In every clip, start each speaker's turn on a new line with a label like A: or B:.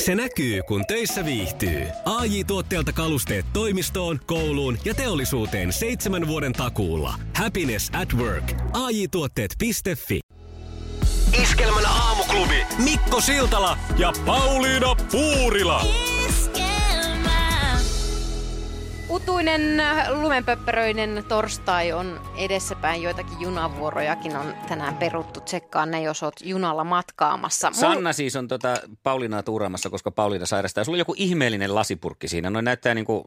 A: Se näkyy, kun töissä viihtyy. ai tuotteelta kalusteet toimistoon, kouluun ja teollisuuteen seitsemän vuoden takuulla. Happiness at work. ai tuotteetfi Iskelmän aamuklubi Mikko Siltala ja Pauliina Puurila.
B: Utuinen äh, lumenpöppäröinen torstai on edessäpäin. Joitakin junavuorojakin on tänään peruttu. Tsekkaa ne, jos oot junalla matkaamassa. Mul-
C: Sanna siis on tota Pauliinaa tuuraamassa, koska Pauliina sairastaa. Sulla on joku ihmeellinen lasipurkki siinä. No näyttää niin kuin,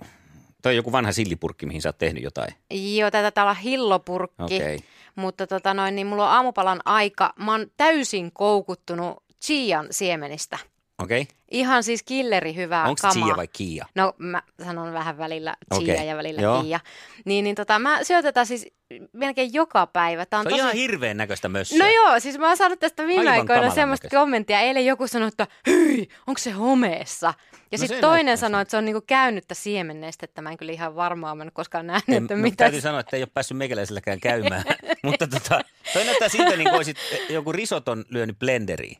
C: toi on joku vanha sillipurkki, mihin sä oot tehnyt jotain.
B: Joo, tätä täällä on hillopurkki.
C: Okei.
B: Mutta tota noin, niin mulla on aamupalan aika. Mä oon täysin koukuttunut chian siemenistä.
C: Okei?
B: Ihan siis killeri hyvää
C: Onko se
B: kamaa.
C: Chia vai Kia?
B: No mä sanon vähän välillä chia
C: Okei,
B: ja välillä
C: joo.
B: kia. Niin, niin tota, mä syön tätä siis melkein joka päivä. Tää on
C: Se on
B: tosi...
C: ihan hirveän näköistä mössöä.
B: No joo, siis mä oon saanut tästä viime
C: Aivan
B: aikoina
C: kamalan
B: semmoista
C: näköistä.
B: kommenttia. Eilen joku sanoi, että hyi, onko se homeessa?
C: No
B: Ja sitten
C: se
B: toinen
C: näyttää
B: sanoi, että se on niinku käynyttä siemennestettä. Mä en kyllä ihan varmaan, mä en ole koskaan nähnyt,
C: En-
B: että
C: no,
B: mitä.
C: täytyy sanoa, että ei ole päässyt meikäläiselläkään käymään. Mutta tota, toi näyttää siltä, niin kuin olisit joku risoton lyönyt blenderiin.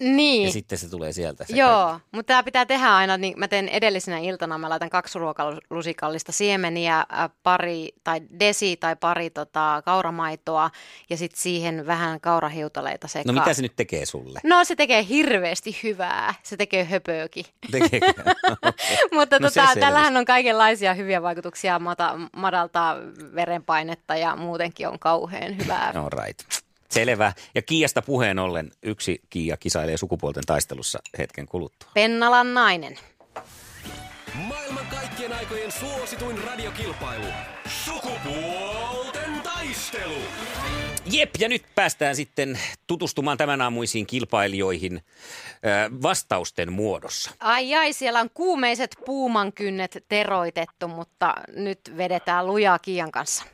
B: Niin.
C: Ja sitten se tulee sieltä. Se
B: Joo,
C: kaikki.
B: mutta tämä pitää tehdä aina, niin mä teen edellisenä iltana, mä laitan kaksi ruokalusikallista siemeniä, äh, pari tai desi tai pari tota, kauramaitoa ja sitten siihen vähän kaurahiutaleita
C: No
B: sekaan.
C: mitä se nyt tekee sulle?
B: No se tekee hirveästi hyvää, se tekee höpöökin.
C: Tekeekö?
B: Mutta
C: No
B: no,
C: se
B: tota,
C: selvisi.
B: tällähän on kaikenlaisia hyviä vaikutuksia, mata, madaltaa verenpainetta ja muutenkin on kauhean hyvää.
C: All right. Selvä. Ja Kiasta puheen ollen yksi Kiia kisailee sukupuolten taistelussa hetken kuluttua.
B: Pennalan nainen.
A: Maailman kaikkien aikojen suosituin radiokilpailu. Sukupuolten taistelu.
C: Jep, ja nyt päästään sitten tutustumaan tämän aamuisiin kilpailijoihin ö, vastausten muodossa.
B: Ai ai, siellä on kuumeiset puumankynnet teroitettu, mutta nyt vedetään lujaa Kiian kanssa.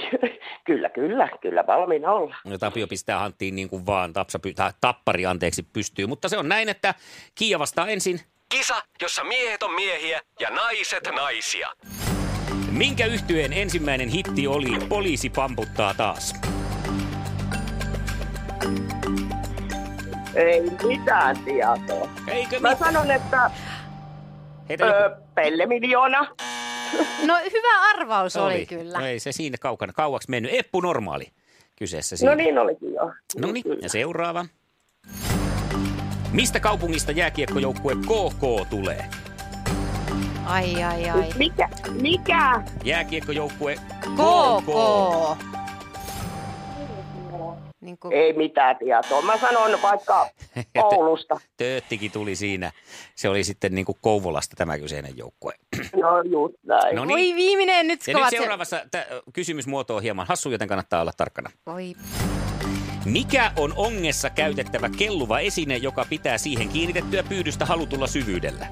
D: kyllä, kyllä, kyllä valmiina olla.
C: Ja Tapio pistää hanttiin niin kuin vaan tapsa, py- tai tappari anteeksi pystyy, mutta se on näin, että Kiia vastaa ensin.
A: Kisa, jossa miehet on miehiä ja naiset naisia.
C: Minkä yhtyeen ensimmäinen hitti oli Poliisi pamputtaa taas?
D: Ei mitään tietoa.
C: Eikö niin?
D: Mä
C: mitään?
D: sanon, että
C: Heitä joku-
D: ö, pelle miljoona.
B: No hyvä arvaus oli, oli kyllä.
C: No ei se siinä kaukana, kauaksi mennyt. Eppu normaali kyseessä siinä.
D: No niin olikin jo.
C: No niin, ja seuraava. Mistä kaupungista jääkiekkojoukkue KK tulee?
B: Ai ai ai.
D: Mikä? Mikä?
C: Jääkiekkojoukkue
B: KK. Niin kuin,
D: Ei mitään tietoa. Mä sanon vaikka Oulusta.
C: Tööttikin tuli siinä. Se oli sitten niin kuin Kouvolasta tämä kyseinen joukkue.
D: No just näin.
C: No niin.
B: Voi viimeinen nyt
C: Ja nyt
B: kovat se-
C: seuraavassa tä, kysymysmuoto on hieman hassu, joten kannattaa olla tarkkana.
B: Voi
C: Mikä on ongessa käytettävä kelluva esine, joka pitää siihen kiinnitettyä pyydystä halutulla syvyydellä?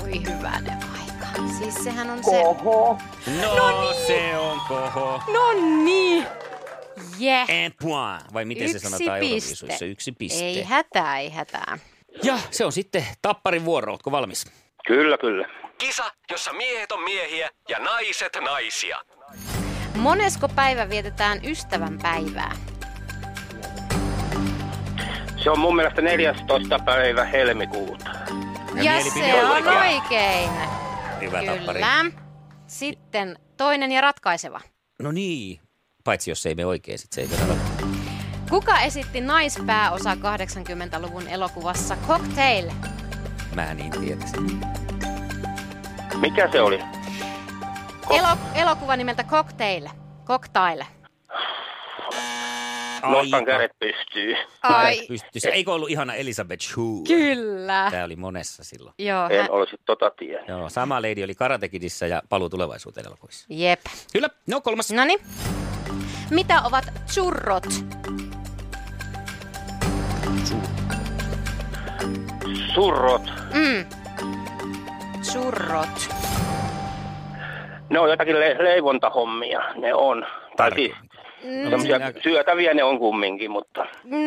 B: Voi hyvänen aika. Siis sehän on se...
D: Koho.
C: No,
B: niin.
C: se on koho.
B: No niin! Yeah.
C: Un point. Vai miten
B: Yksi
C: se sanotaan
B: piste.
C: Euroviisuissa? Yksi piste.
B: Ei hätää, ei hätää.
C: Ja se on sitten tapparin vuoro. Ootko valmis?
E: Kyllä, kyllä.
A: Kisa, jossa miehet on miehiä ja naiset naisia.
B: Monesko päivä vietetään ystävän päivää?
E: Se on mun mielestä 14. päivä helmikuuta.
B: Ja,
C: Ja No mielipide
B: se
C: on
B: on
C: oikea.
B: oikein.
C: Hyvä tappari.
B: Kyllä. Sitten toinen ja ratkaiseva.
C: No niin. Paitsi jos ei me oikein, sit se ei vielä ole.
B: Kuka esitti naispääosa 80-luvun elokuvassa Cocktail?
C: Mä niin tietäisin.
E: Mikä se oli? Ko-
B: Elo- elokuva nimeltä Cocktail. Cocktail.
E: Nostan kädet pystyyn.
B: Ai,
C: Pystyisi. Eikö ollut ihana Elisabeth Shue?
B: kyllä.
C: Tää oli monessa silloin.
B: Joo,
E: En
B: hän-
E: olisi tota tiennyt.
C: Joo, sama leidi oli Karatekidissä ja Paluu tulevaisuuteen elokuvissa.
B: jep.
C: Kyllä, no kolmas.
B: Noni. Mitä ovat churrot?
E: Surrot.
B: Mm. Churrot.
E: Ne on jotakin le- leivontahommia, ne on. Tai siis
D: Mm.
C: No,
E: semmosia
C: siinä-
E: syötäviä ne on kumminkin, mutta
B: Mm.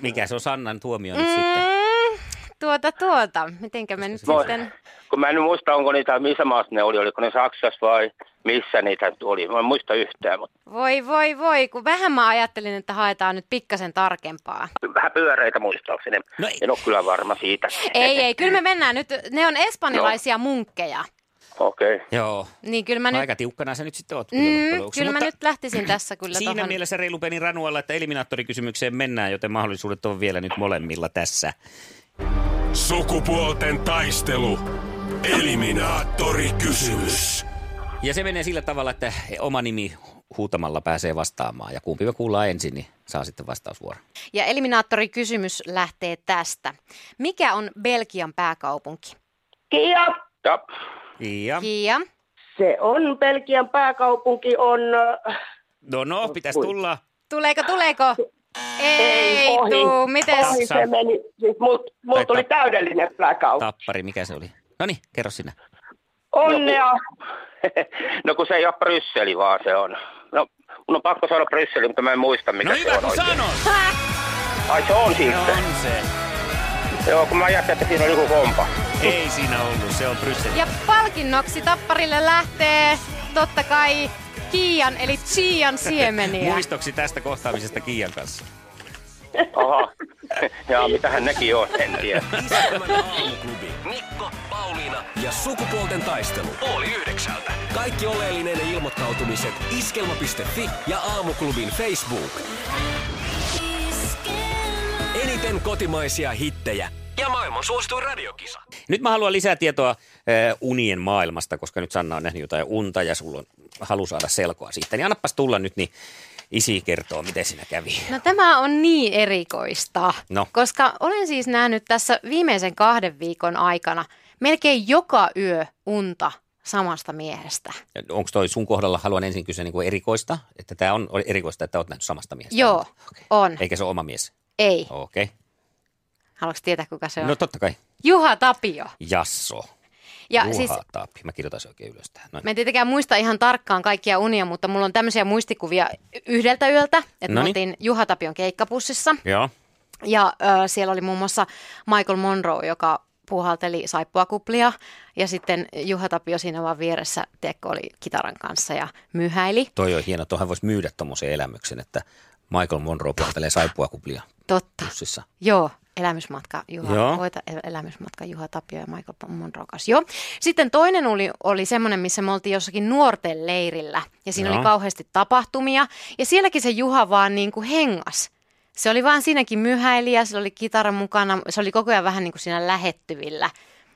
C: mikä se on Sannan tuomio nyt sitten?
B: Mm. Tuota, tuota. Mitenkä me nyt
E: Voi.
B: sitten...
E: Kun mä en muista, onko niitä, missä maassa ne oli, oliko ne Saksassa vai missä niitä nyt oli. Mä en muista yhtään, mutta
B: Voi, voi, voi, kun vähän mä ajattelin, että haetaan nyt pikkasen tarkempaa.
E: vähän pyöreitä muistaakseni.
C: No
E: No
C: ei-
E: En ole kyllä varma siitä.
B: Ei, ei, kyllä me mennään nyt. Ne on espanjalaisia no. munkkeja.
E: Okei. Okay.
C: Joo.
B: Niin kyllä mä nyt...
C: Aika tiukkana sä nyt sitten oot.
B: Mm,
C: loppujen
B: kyllä mä
C: lopuksi.
B: nyt lähtisin tässä kyllä
C: Siinä
B: tohon.
C: mielessä reilu pelin ranualla, että eliminaattorikysymykseen mennään, joten mahdollisuudet on vielä nyt molemmilla tässä.
A: Sukupuolten taistelu. Eliminaattori kysymys.
C: Ja se menee sillä tavalla, että oma nimi huutamalla pääsee vastaamaan. Ja kumpi me kuullaan ensin, niin saa sitten vastausvuoron.
B: Ja eliminaattorikysymys lähtee tästä. Mikä on Belgian pääkaupunki?
D: Kia,
E: Ja,
C: Ja,
B: Kia.
D: se on Belgian pääkaupunki, on... äh,
C: no no, pitäisi tulla.
B: Tuleeko, tuleeko? Ei
D: Ei, ohi.
B: tuu, mites?
D: Ohi
C: Saksa.
D: se meni. Siis mut, mut
C: Taita-
D: tuli täydellinen blackout.
C: Tappari, mikä se oli? No niin, kerro sinä.
D: Onnea.
E: no kun se ei ole Brysseli, vaan se on. No, mun on pakko sanoa Brysseli, mutta mä en muista, mikä
C: No
E: se
C: hyvä,
E: on
C: kun
E: oikein.
C: sanot!
E: Ai se on
C: No
E: sitten.
C: on se.
E: Joo, kun mä ajattelin, että siinä on joku kompa.
C: Ei siinä ollut, se on Bryssel.
B: Ja palkinnoksi tapparille lähtee totta kai Kiian eli Chian
E: Niin.
B: siemeniä.
C: Muistoksi tästä kohtaamisesta Kiian kanssa.
E: Aha. Jaa, mitähän nekin on, en tiedä.
A: Iskelmän aamuklubi. Mikko, Pauliina ja sukupuolten taistelu. Oli yhdeksältä. Kaikki oleellinen ilmoittautumiset iskelma.fi ja aamuklubin Facebook. Eniten kotimaisia hittejä ja maailman suosituin radiokisa.
C: Nyt mä haluan lisää tietoa äh, unien maailmasta, koska nyt Sanna on nähnyt jotain unta ja sulla on halu saada selkoa siitä. Niin annapas tulla nyt, niin isi kertoo, miten siinä kävi.
B: No tämä on niin erikoista,
C: No.
B: koska olen siis nähnyt tässä viimeisen kahden viikon aikana melkein joka yö unta samasta miehestä.
C: Onko toi sun kohdalla, haluan ensin kysyä niin kuin erikoista, että tämä on erikoista, että oot nähnyt samasta miestä?
B: Joo, on.
C: Eikä se ole oma mies?
B: Ei.
C: Okei.
B: Haluatko tietää, kuka se on?
C: Oh. No totta kai.
B: Juha Tapio.
C: Jasso.
B: Ja
C: Juha
B: siis
C: Taappi. Mä kirjoitan sen oikein ylös tähän. Noin.
B: Mä en tietenkään muista ihan tarkkaan kaikkia unia, mutta mulla on tämmöisiä muistikuvia yhdeltä yöltä, että me
C: Noniin.
B: oltiin Juha Tapion keikkapussissa
C: Joo.
B: ja ö, siellä oli muun muassa Michael Monroe, joka puhalteli saippuakuplia ja sitten Juha Tapio siinä vaan vieressä Tekko oli kitaran kanssa ja myhäili.
C: Toi on hieno. Tuohan voisi myydä tuommoisen elämyksen, että Michael Monroe puhaltelee saippua kuplia
B: Totta.
C: pussissa.
B: Joo, elämysmatka Juha.
C: Joo.
B: Joo. Voita el- elämysmatka Juha Tapio ja Michael Monroe kanssa. Joo. Sitten toinen oli, oli semmoinen, missä me oltiin jossakin nuorten leirillä ja siinä
C: Joo.
B: Joo. oli kauheasti tapahtumia ja sielläkin se Juha vaan niin kuin hengas. Se oli vaan siinäkin myhäilijä, sillä oli kitara mukana, se oli koko ajan vähän niin kuin siinä lähettyvillä,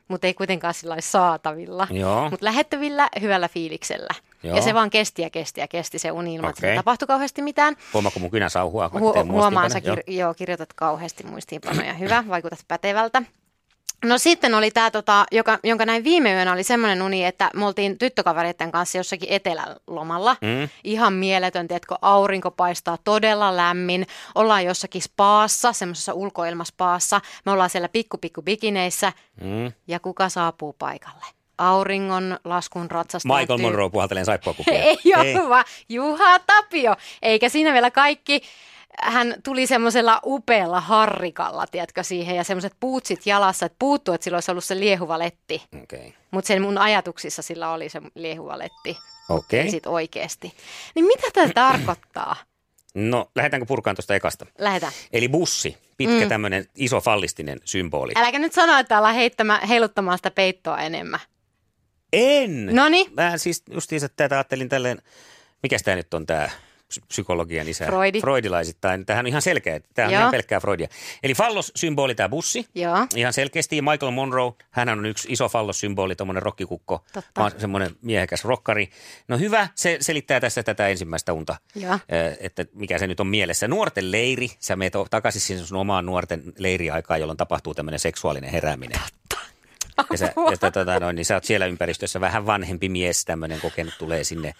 B: mutta ei kuitenkaan sillä lailla saatavilla.
C: Joo.
B: Mutta lähettyvillä hyvällä fiiliksellä.
C: Joo.
B: Ja se vaan kesti ja kesti ja kesti se uni ilman, että
C: Okei.
B: ei tapahtui kauheasti mitään.
C: Huomaako mun kynä sauhua? kun mä
B: Huo-
C: teen
B: huomaan, sä
C: muistiinpanoja? Joo.
B: kir- joo. kirjoitat kauheasti muistiinpanoja. Hyvä, vaikutat pätevältä. No sitten oli tämä, tota, joka, jonka näin viime yönä oli semmoinen uni, että me oltiin tyttökavereiden kanssa jossakin etelälomalla. Mm. Ihan mieletön, tiedätkö, aurinko paistaa todella lämmin. Ollaan jossakin spaassa, semmoisessa ulkoilmaspaassa. Me ollaan siellä pikku pikku bikineissä. Mm. Ja kuka saapuu paikalle? Auringon laskun ratsastama
C: Michael
B: tyy-
C: Monroe puhaltelee saippua kuplia.
B: ei ole vaan Juha Tapio. Eikä siinä vielä kaikki. Hän tuli semmoisella upealla harrikalla, tiedätkö, siihen ja semmoiset puutsit jalassa, että puuttuu, että sillä olisi ollut se liehuva letti.
C: Okei. Okay.
B: Mutta sen mun ajatuksissa sillä oli se liehuva letti.
C: Okei.
B: Ei sit oikeesti. Niin mitä tämä tarkoittaa?
C: No, lähdetäänkö purkaan tuosta ekasta?
B: Lähetä.
C: Eli bussi, pitkä mm. tämmöinen iso fallistinen symboli.
B: Äläkä nyt sano, että ollaan heittämään, heiluttamaan sitä peittoa enemmän.
C: En!
B: Noni.
C: Mä siis justiinsa tätä ajattelin tälleen, mikäs tämä nyt on tämä psykologian isä?
B: Freudi.
C: Freudilaisittain. Tämähän on ihan selkeä, tämä on
B: Joo.
C: ihan pelkkää Freudia. Eli fallos-symboli tämä bussi.
B: Joo.
C: Ihan selkeästi Michael Monroe, hän on yksi iso fallos-symboli, tuommoinen rokkikukko,
B: Totta.
C: Mä oon semmoinen miehekäs rokkari. No hyvä, se selittää tässä tätä ensimmäistä unta,
B: Joo.
C: Ö, että mikä se nyt on mielessä. Nuorten leiri, sä meet o- takaisin sinne sun omaan nuorten leiriaikaan, jolloin tapahtuu tämmöinen seksuaalinen herääminen. Ja sä, ja tota, noin, niin sä oot siellä ympäristössä vähän vanhempi mies, tämmöinen kokenut tulee sinne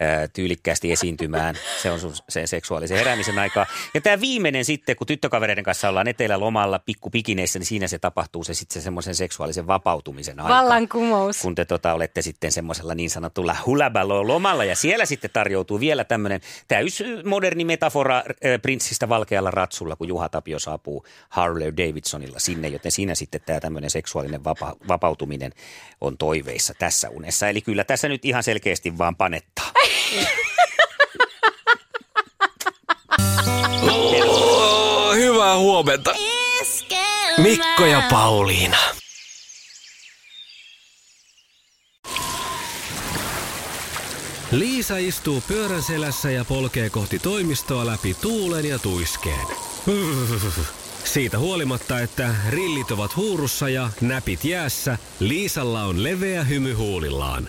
C: ää, tyylikkäästi esiintymään. Se on sun, sen seksuaalisen heräämisen aikaa. Ja tämä viimeinen sitten, kun tyttökavereiden kanssa ollaan etelälomalla pikkupikineissä, niin siinä se tapahtuu se sitten se semmoisen seksuaalisen vapautumisen aika.
B: Vallankumous.
C: Kun te tota, olette sitten semmoisella niin sanotulla hulabalo-lomalla ja siellä sitten tarjoutuu vielä tämmöinen täys moderni metafora äh, prinssistä valkealla ratsulla, kun Juha Tapio saapuu Harley Davidsonilla sinne, joten siinä sitten tämä tämmöinen seksuaalinen vapa- vapautuminen on toiveissa tässä unessa. Eli kyllä tässä nyt ihan selkeästi vaan panettaa.
A: Oh, hyvää huomenta. Mikko ja Pauliina. Liisa istuu pyörän selässä ja polkee kohti toimistoa läpi tuulen ja tuiskeen. Siitä huolimatta, että rillit ovat huurussa ja näpit jäässä, Liisalla on leveä hymy huulillaan.